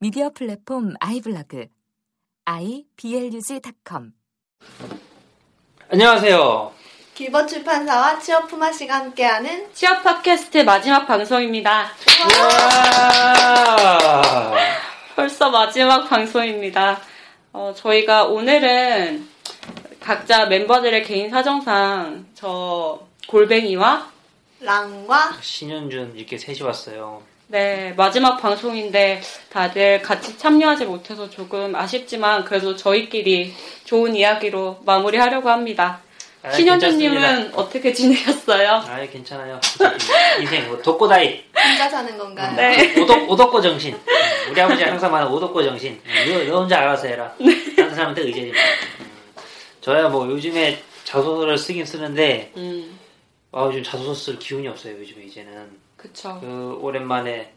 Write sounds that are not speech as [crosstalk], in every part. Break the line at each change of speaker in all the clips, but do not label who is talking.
미디어 플랫폼 아이블로그 iblog.com
안녕하세요.
길버 출판사와 취업품아 씨가 함께하는
취업 팟캐스트 마지막 방송입니다.
이야.
벌써 마지막 방송입니다. 어, 저희가 오늘은 각자 멤버들의 개인 사정상 저 골뱅이와
랑과
신현준 이렇게 셋이 왔어요.
네, 마지막 방송인데 다들 같이 참여하지 못해서 조금 아쉽지만 그래도 저희끼리 좋은 이야기로 마무리하려고 합니다.
아, 괜찮습니다.
신현주님은 어떻게 지내셨어요?
아 괜찮아요. [laughs] 인생 뭐 독고다이.
혼자 사는 건가요?
네.
오독 오독고 정신. 음, 우리 아버지 항상 말하는 오독고 정신. 음, 너, 너 혼자 알아서 해라. 다른 사람한테 의지하지 마. 음, 저야 뭐 요즘에 자소서를 쓰긴 쓰는데
음,
아 요즘 자소서 쓸 기운이 없어요. 요즘에 이제는.
그쵸.
그 오랜만에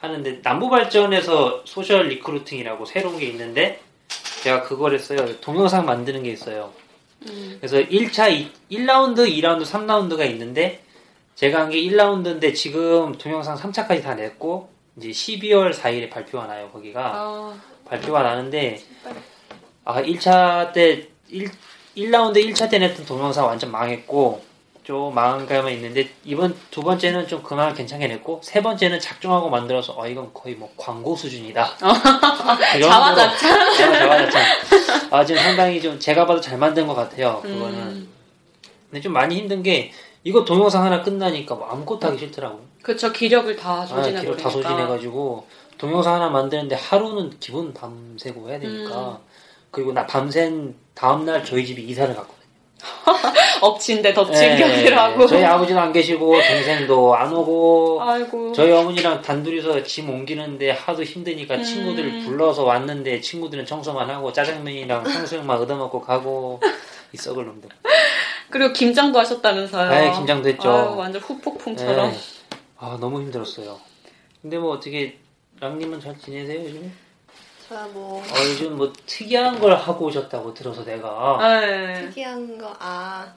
하는데 남부발전에서 소셜 리크루팅이라고 새로운 게 있는데 제가 그걸 했어요. 동영상 만드는 게 있어요. 그래서 1차, 1라운드, 2라운드, 3라운드가 있는데 제가 한 게 1라운드인데 지금 동영상 3차까지 다 냈고 이제 12월 4일에 발표가 나요. 거기가.
아,
발표가 나는데 아 1차 때 1, 1라운드 1차 때 냈던 동영상 완전 망했고 좀 망감이 있는데 이번 두 번째는 좀 그나마 괜찮게 냈고 세 번째는 작정하고 만들어서 어 이건 거의 뭐 광고
[laughs]
수준이다. 그 정도로
어, 자화자찬?
어, 자화자찬. 아 지금 상당히 좀 제가 봐도 잘 만든 것 같아요. 그거는
음,
근데 좀 많이 힘든 게 이거 동영상 하나 끝나니까 뭐 아무것도 하기 싫더라고.
그쵸, 기력을 다
아,
소진해 그러니까.
기록 다 소진해가지고 동영상 하나 만드는데 하루는 기본 밤새고 해야 되니까
음.
그리고 나 밤샌 다음날 저희 집이 이사를 갔거든요.
엎친데 덮친 격이라고.
예, 저희 아버지도 안 계시고 동생도 안 오고
아이고.
저희 어머니랑 단둘이서 짐 옮기는데 하도 힘드니까
음.
친구들 불러서 왔는데 친구들은 청소만 하고 짜장면이랑 탕수육만 얻어먹고 가고 이 썩을 놈들.
그리고 김장도 하셨다면서요.
네, 김장도 했죠.
아유, 완전 후폭풍처럼.
예. 아 너무 힘들었어요. 근데 뭐 어떻게 랑님은 잘 지내세요 요즘에?
저야 뭐
어, 요즘 뭐 특이한 걸 하고 오셨다고 들어서 내가
네.
특이한 거, 아,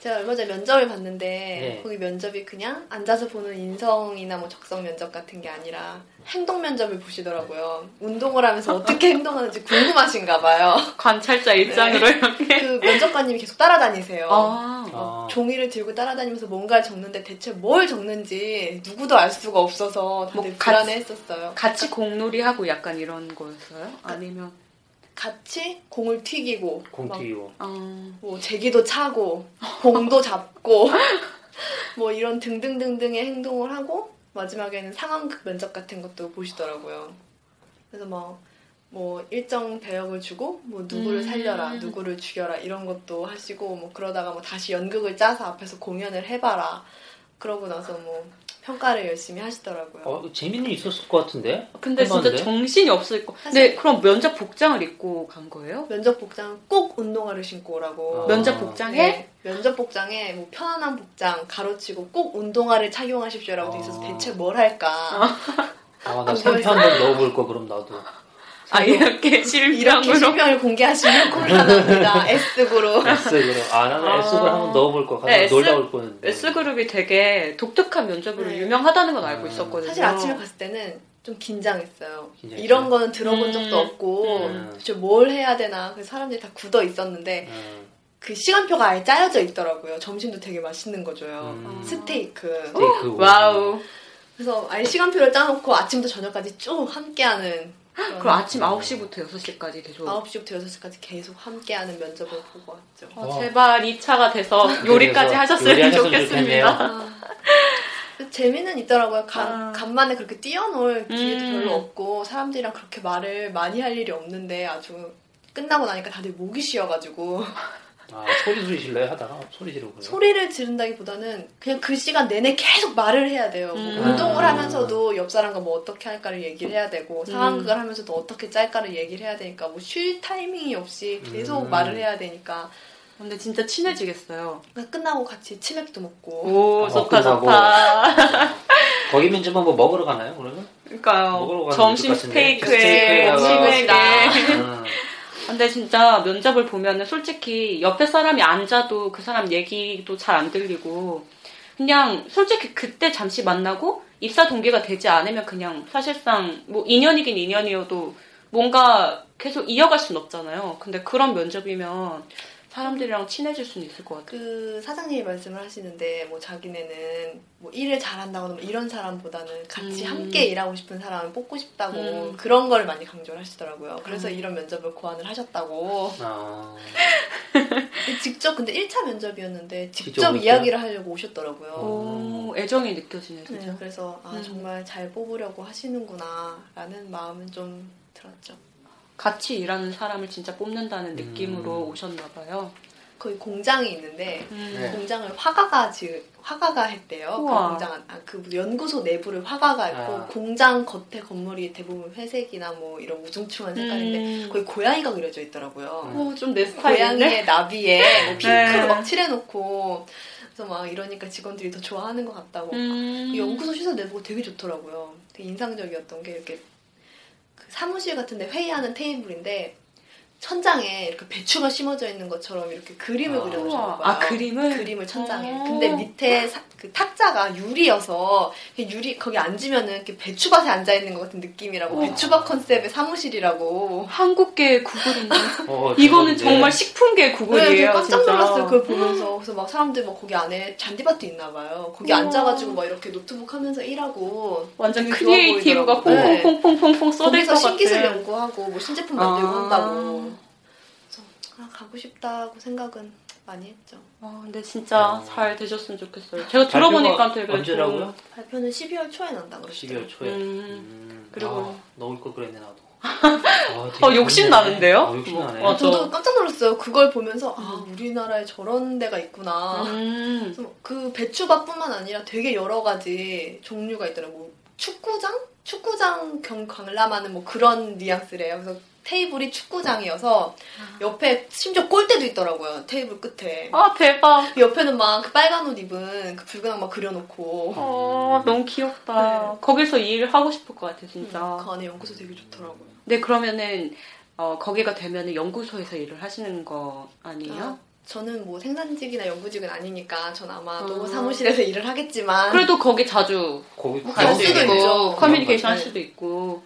제가 얼마 전에 면접을 봤는데,
네.
예.
거기 면접이 그냥 앉아서 보는 인성이나 뭐 적성 면접 같은 게 아니라 행동 면접을 보시더라고요. 운동을 하면서 어떻게 행동하는지 궁금하신가 봐요.
관찰자 입장으로 이렇게.
그 면접관님이 계속 따라다니세요.
네.
뭐
아,
아,
종이를 들고 따라다니면서 뭔가를 적는데 대체 뭘 적는지 누구도 알 수가 없어서 다들
뭐 같이-
불안해했었어요.
같이 공놀이하고 약간 이런 거였어요? 아니면,
같이 공을 튀기고 막
공튀기고
어,
뭐 제기도 차고 공도 잡고 [laughs] 뭐 이런 등등등등의 행동을 하고 마지막에는 상황극 그 면접 같은 것도 보시더라고요. 그래서 막 뭐 일정 배역을 주고 뭐 누구를
음.
살려라 누구를 죽여라 이런 것도 하시고 뭐 그러다가 뭐 다시 연극을 짜서 앞에서 공연을 해봐라 그러고 나서 뭐 평가를 열심히 하시더라고요.
어, 재미는 있었을 것 같은데
근데 진짜
해봤는데?
정신이 없을 거.
사실-
근데 그럼 면접 복장을 입고 간 거예요?
면접 복장 꼭 운동화를 신고 오라고.
어.
면접 복장에?
네, 면접 복장에 뭐 편안한 복장 가로치고 꼭 운동화를 착용하십시오라고 돼 있어서
아.
대체 뭘 할까
아나
안
3표 한번 넣어볼 거 그럼 나도
아, 이렇게
[laughs] 이렇게
실명으로.
실명을 [laughs] 공개하시면 곤란합니다 S그룹
S그룹 아 나는
아.
S그룹 한번 넣어볼 거 가서
네, S-
놀다 올 거는
S그룹이 되게 독특한 면접으로
네.
유명하다는 건 알고
음.
있었거든요.
사실 아침에 갔을 때는 좀 어. 긴장했어요
긴장했어요?
이런 거는 들어본
음.
적도 없고
음.
대체 뭘 해야 되나 그래서 사람들이 다 굳어 있었는데
음,
그 시간표가 아예 짜여져 있더라고요 점심도 되게 맛있는 거 줘요
음. 그 뭐.
스테이크
스테이크
와우.
음. 그래서 아예 시간표를 짜놓고 아침부터 저녁까지 쭉 함께하는 그런
그럼 아침 9시부터 6시까지 계속.
9시부터 6시까지 계속 함께하는 면접을 보고 왔죠.
어,
와.
제발 2차가 돼서 요리까지
그래서
하셨으면
요리하셨으면
좋겠습니다.
그 재미는 있더라고요. 간,
아.
간만에 그렇게 뛰어놀 기회도
음.
별로 없고 사람들이랑 그렇게
[laughs]
말을 많이 할 일이 없는데 아주 끝나고 나니까 다들 목이 쉬어가지고
아, 소리 소리 질러요 하다가 어, 소리 지르고 그래요.
소리를 지른다기보다는 그냥 그 시간 내내 계속 말을 해야 돼요. 뭐
음.
운동을
아.
하면서도 옆 사람과 뭐 어떻게 할까를 얘기를 해야
음.
되고 상황극을 하면서도 어떻게 짤까를 얘기를 해야 되니까 뭐 쉴 타이밍이 없이 계속
음.
말을 해야 되니까
근데 진짜 친해지겠어요.
그러니까 끝나고 같이 치맥도 먹고
오,
어,
좋다,
끝나고.
좋다.
거기 면접은 뭐 먹으러 가나요 그러면? 먹으러
그러니까요.
가는
점심
것 같은데.
스테이크에
스테이크에다가
치맥에.
아,
근데 진짜 면접을 보면은 솔직히 옆에 사람이 앉아도 그 사람 얘기도 잘 안 들리고 그냥 솔직히 그때 잠시 만나고 입사 동기가 되지 않으면 그냥 사실상 뭐 인연이긴 인연이어도 뭔가 계속 이어갈 순 없잖아요. 근데 그런 면접이면 사람들이랑 친해질 수는 있을 것 같아요.
그 사장님이 말씀을 하시는데 뭐 자기네는 뭐 일을 잘한다거나 뭐 이런 사람보다는 같이
음.
함께 일하고 싶은 사람을 뽑고 싶다고
음.
그런 걸 많이 강조를 하시더라고요. 그래서 이런 면접을 고안을 하셨다고
아,
근데 직접 근데 1차 면접이었는데
직접
직접
오셨어요?
이야기를 하려고 오셨더라고요.
오, 애정이 느껴지네,
네,
진짜.
그래서 아
어, 음.
정말 잘 뽑으려고 하시는구나라는 마음은 좀 들었죠.
같이 일하는 사람을 진짜 뽑는다는 느낌으로
음.
오셨나 봐요. 음.
거기 공장이 있는데
네.
그 공장을 화가가 지 화가가 했대요.
우와.
그 공장 안- 아, 그 연구소 내부를 화가가 했고
아.
공장 겉에 건물이 대부분 회색이나 뭐 이런 우중충한 색깔인데
음.
거기 고양이가 그려져 있더라고요.
음.
오, 좀 내 스타일인데?
고양이의 나비에 뭐 핑크로
[laughs] 네.
막 칠해놓고 그래서 막 이러니까 직원들이 더 좋아하는 것 같다고 그
음.
연구소 시설 내부가 되게 좋더라고요. 되게 인상적이었던 게 이렇게 그 사무실 같은데 회의하는 테이블인데 천장에 이렇게 배추가 심어져 있는 것처럼 이렇게 그림을
아.
그려놓으셨나
우와.
봐요.
아, 그림을?
그림을 천장에.
어.
근데 밑에 사- 그 탁자가 유리여서 그 유리 거기 앉으면은 이렇게 배추밭에 앉아 있는 것 같은 느낌이라고
우와.
배추밭 컨셉의 사무실이라고.
한국계의 구글인데
[laughs] 어,
이거는
죄송한데.
정말 식품계의
네,
구글이에요.
되게 깜짝
진짜. 음.
놀랐어요. 그걸 보면서. 그래서 막 사람들 막 거기 안에 잔디밭도 있나 봐요. 거기
우와.
앉아가지고 막 이렇게 노트북 하면서 일하고.
완전
되게
그 크리에이티브가
좋아 보이더라고요. 네.
퐁퐁퐁퐁퐁 쏟을 것
거기서
같아.
신기술 연구하고 뭐 신제품 만들고
아.
한다고. 그래서 아, 가고 싶다고 생각은 많이 했죠.
아, 근데 진짜
어.
잘 되셨으면 좋겠어요. 제가
발표가
들어보니까 되게
아, 언제라고요?
발표는 12월 초에 난다고
12월
그러시더라고요.
초에.
음.
음,
그리고-
아, 넣을 걸 그랬네
[laughs]
나도. 아, 되게
어, 욕심
좋네.
나는데요?
어, 욕심
뭐,
나네.
어. 맞아.
저도 깜짝 놀랐어요. 그걸 보면서 아 우리나라에 저런 데가 있구나.
음.
그래서 그 배추밭뿐만 아니라 되게 여러 가지 종류가 있더라고. 뭐 축구장? 축구장 겸 관람하는 뭐 그런 뉘앙스래요. 그래서 테이블이 축구장이어서 옆에 심지어 골대도 있더라고요. 테이블 끝에.
아 대박.
그 옆에는 막 그 빨간 옷 입은 그 붉은 악마 그려놓고 음.
어, 너무
네.
귀엽다. 거기서 일을 하고 싶을 것 같아 진짜.
그 안에 연구소 되게 좋더라고요.
근데 그러면은 어, 거기가 되면은 연구소에서 일을 하시는 거 아니에요?
아, 저는 뭐 생산직이나 연구직은 아니니까 전 아마
아.
노 사무실에서 일을 하겠지만
그래도 거기 자주
거기
뭐
갈
갈
그럴
수
수
수도
있는
있죠.
있고
거예요?
커뮤니케이션 할
네.
수도 있고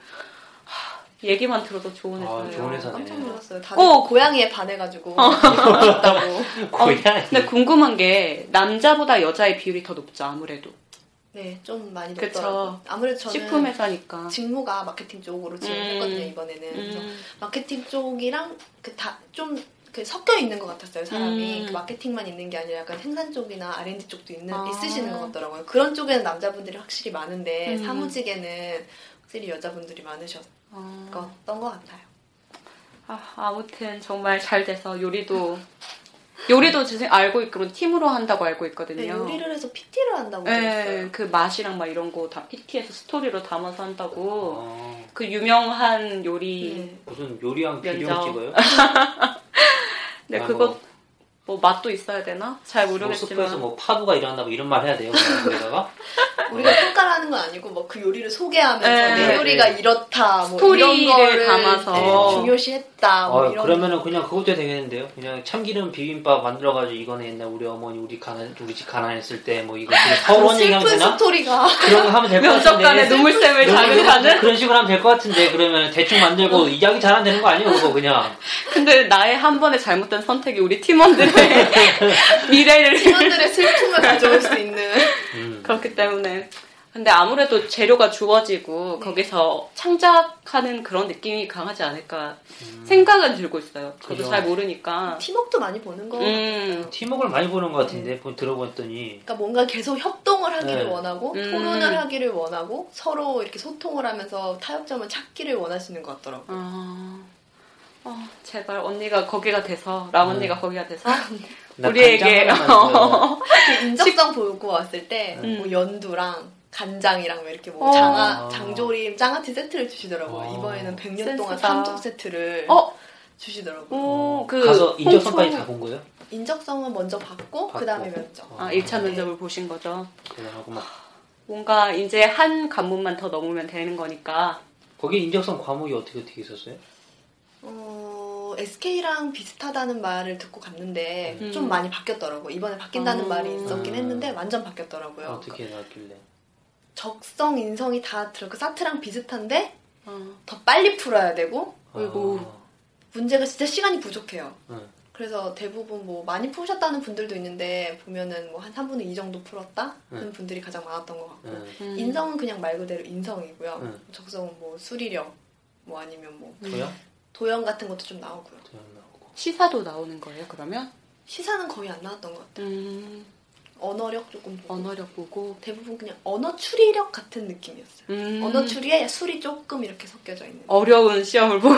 하, 얘기만 들어도 좋은
아,
회사예요.
좋은 회사네.
깜짝 놀랐어요. 다들
어.
고양이에 반해가지고 있다고.
어, 고양이.
근데 궁금한 게 남자보다 여자의 비율이 더 높죠 아무래도
네, 좀 많이
그쵸.
높더라고요. 아무래도 저는
식품 회사니까.
직무가 마케팅 쪽으로 진행했거든요
음.
이번에는. 그래서
음,
마케팅 쪽이랑 그 다 좀 섞여 있는 것 같았어요 사람이
음.
그 마케팅만 있는 게 아니라 약간 생산 쪽이나 R&D 쪽도 있는
아.
있으시는 것 같더라고요 그런 쪽에는 남자분들이 확실히 많은데
음.
사무직에는 확실히 여자분들이 많으셨던
어,
것 같아요
아, 아무튼 정말 잘 돼서 요리도 요리도 제 생- 알고 있고 팀으로 한다고 알고 있거든요.
네, 요리를 해서 PT를 한다고
네,
들었어요
그 맛이랑 막 이런 거 다 PT에서 스토리로 담아서 한다고
아,
그 유명한 요리
네.
무슨 요리왕 비디오
면접.
찍어요?
[laughs] 근데
아,
그거 뭐 맛도 있어야 되나? 잘
뭐 숲에서
모르겠지만
뭐 파도가 일어난다 뭐 이런 말 해야 돼요. 그냥
[laughs]
거기다가
우리가 평가를 하는 건 아니고 뭐 그 요리를 소개하면서
네,
내 요리가
네.
이렇다 뭐
스토리를
이런 거를 네,
담아서. 어. 아,
중요시했다 뭐
어,
이런
그러면은 그냥 그것도 되겠는데요. 그냥 참기름 비빔밥 만들어가지고 이거는 옛날 우리 어머니 우리 가난 우리 집 가난했을 때 뭐 이거
아,
그냥 서러운 얘기하면
슬픈
되나?
스토리가 [laughs]
그런 거 하면 될 것
[laughs] 면접관의
같은데.
눈물샘을
그런-
자극하는 어.
그런 식으로 하면 될 것 같은데 그러면 대충 만들고 이야기 잘하면 되는 거 아니에요? 그거
[laughs]
그냥
[laughs] 근데 나의 한 번의 잘못된 선택이 우리 팀원들의 [laughs] 미래를
팀원들의 슬픔을 가져올 수 있는
음.
그렇기 때문에 근데 아무래도 재료가 주어지고 거기서 창작하는 그런 느낌이 강하지 않을까 생각은 들고 있어요. 저도
그죠.
잘 모르니까.
팀워크도 많이 보는 거
음,
팀워크를 많이 보는 것 같은데 보- 들어봤더니
그러니까 뭔가 계속 협동을 하기를
네.
원하고
음.
토론을 하기를 원하고 서로 이렇게 소통을 하면서 타협점을 찾기를 원하시는 것 같더라고요.
아, 어, 제발 언니가 거기가 돼서 라 언니가 거기가 돼서
네. 나
우리에게
간장 하나만 넣어요.
인적성 보고 왔을 때
네.
음.
뭐 연두랑 간장이랑 뭐 이렇게 뭐
어.
장아, 장조림, 장아찌 세트를 주시더라고요.
어.
이번에는 100년 동안
센스다.
3종 세트를
어?
주시더라고요.
[laughs] 오, 그
어, 가서 인적선까지
홍초-
다 본 거예요?
인적성은 먼저 받고,
받고.
그 다음에 면접.
어.
아, 1차 면접을 보신 거죠.
아, 대단하고 막
뭔가 이제 한 관문만 더 넘으면 되는 거니까.
거기 인적선 과목이 어떻게 어떻게 있었어요?
어, SK랑 비슷하다는 말을 듣고 갔는데
음.
좀 많이 바뀌었더라고요. 이번에 바뀐다는
아.
말이 있었긴 했는데 완전 바뀌었더라고요.
어떻게 나왔길래?
그러니까 적성, 인성이 다 들어가 그 사트랑 비슷한데
어,
더 빨리 풀어야 되고
아이고.
문제가 진짜 시간이 부족해요.
응.
그래서 대부분 뭐 많이 푸셨다는 분들도 있는데 보면은 뭐 한 3분의 2 정도 풀었다 하는
음.
분들이 가장 많았던 것 같고
응.
음.
인성은 그냥 말 그대로 인성이고요.
음.
적성은 뭐 수리력 뭐 아니면 뭐
도영?
도형 같은 것도 좀 나오고요.
도영 나오고.
시사도 나오는 거예요, 그러면?
시사는 거의 안 나왔던 것 같아요.
음,
언어력 조금 보고
언어력 보고.
대부분 그냥 언어 추리력 같은 느낌이었어요.
음,
언어 추리에 술이 조금 이렇게 섞여져 있는.
어려운 시험을 보고.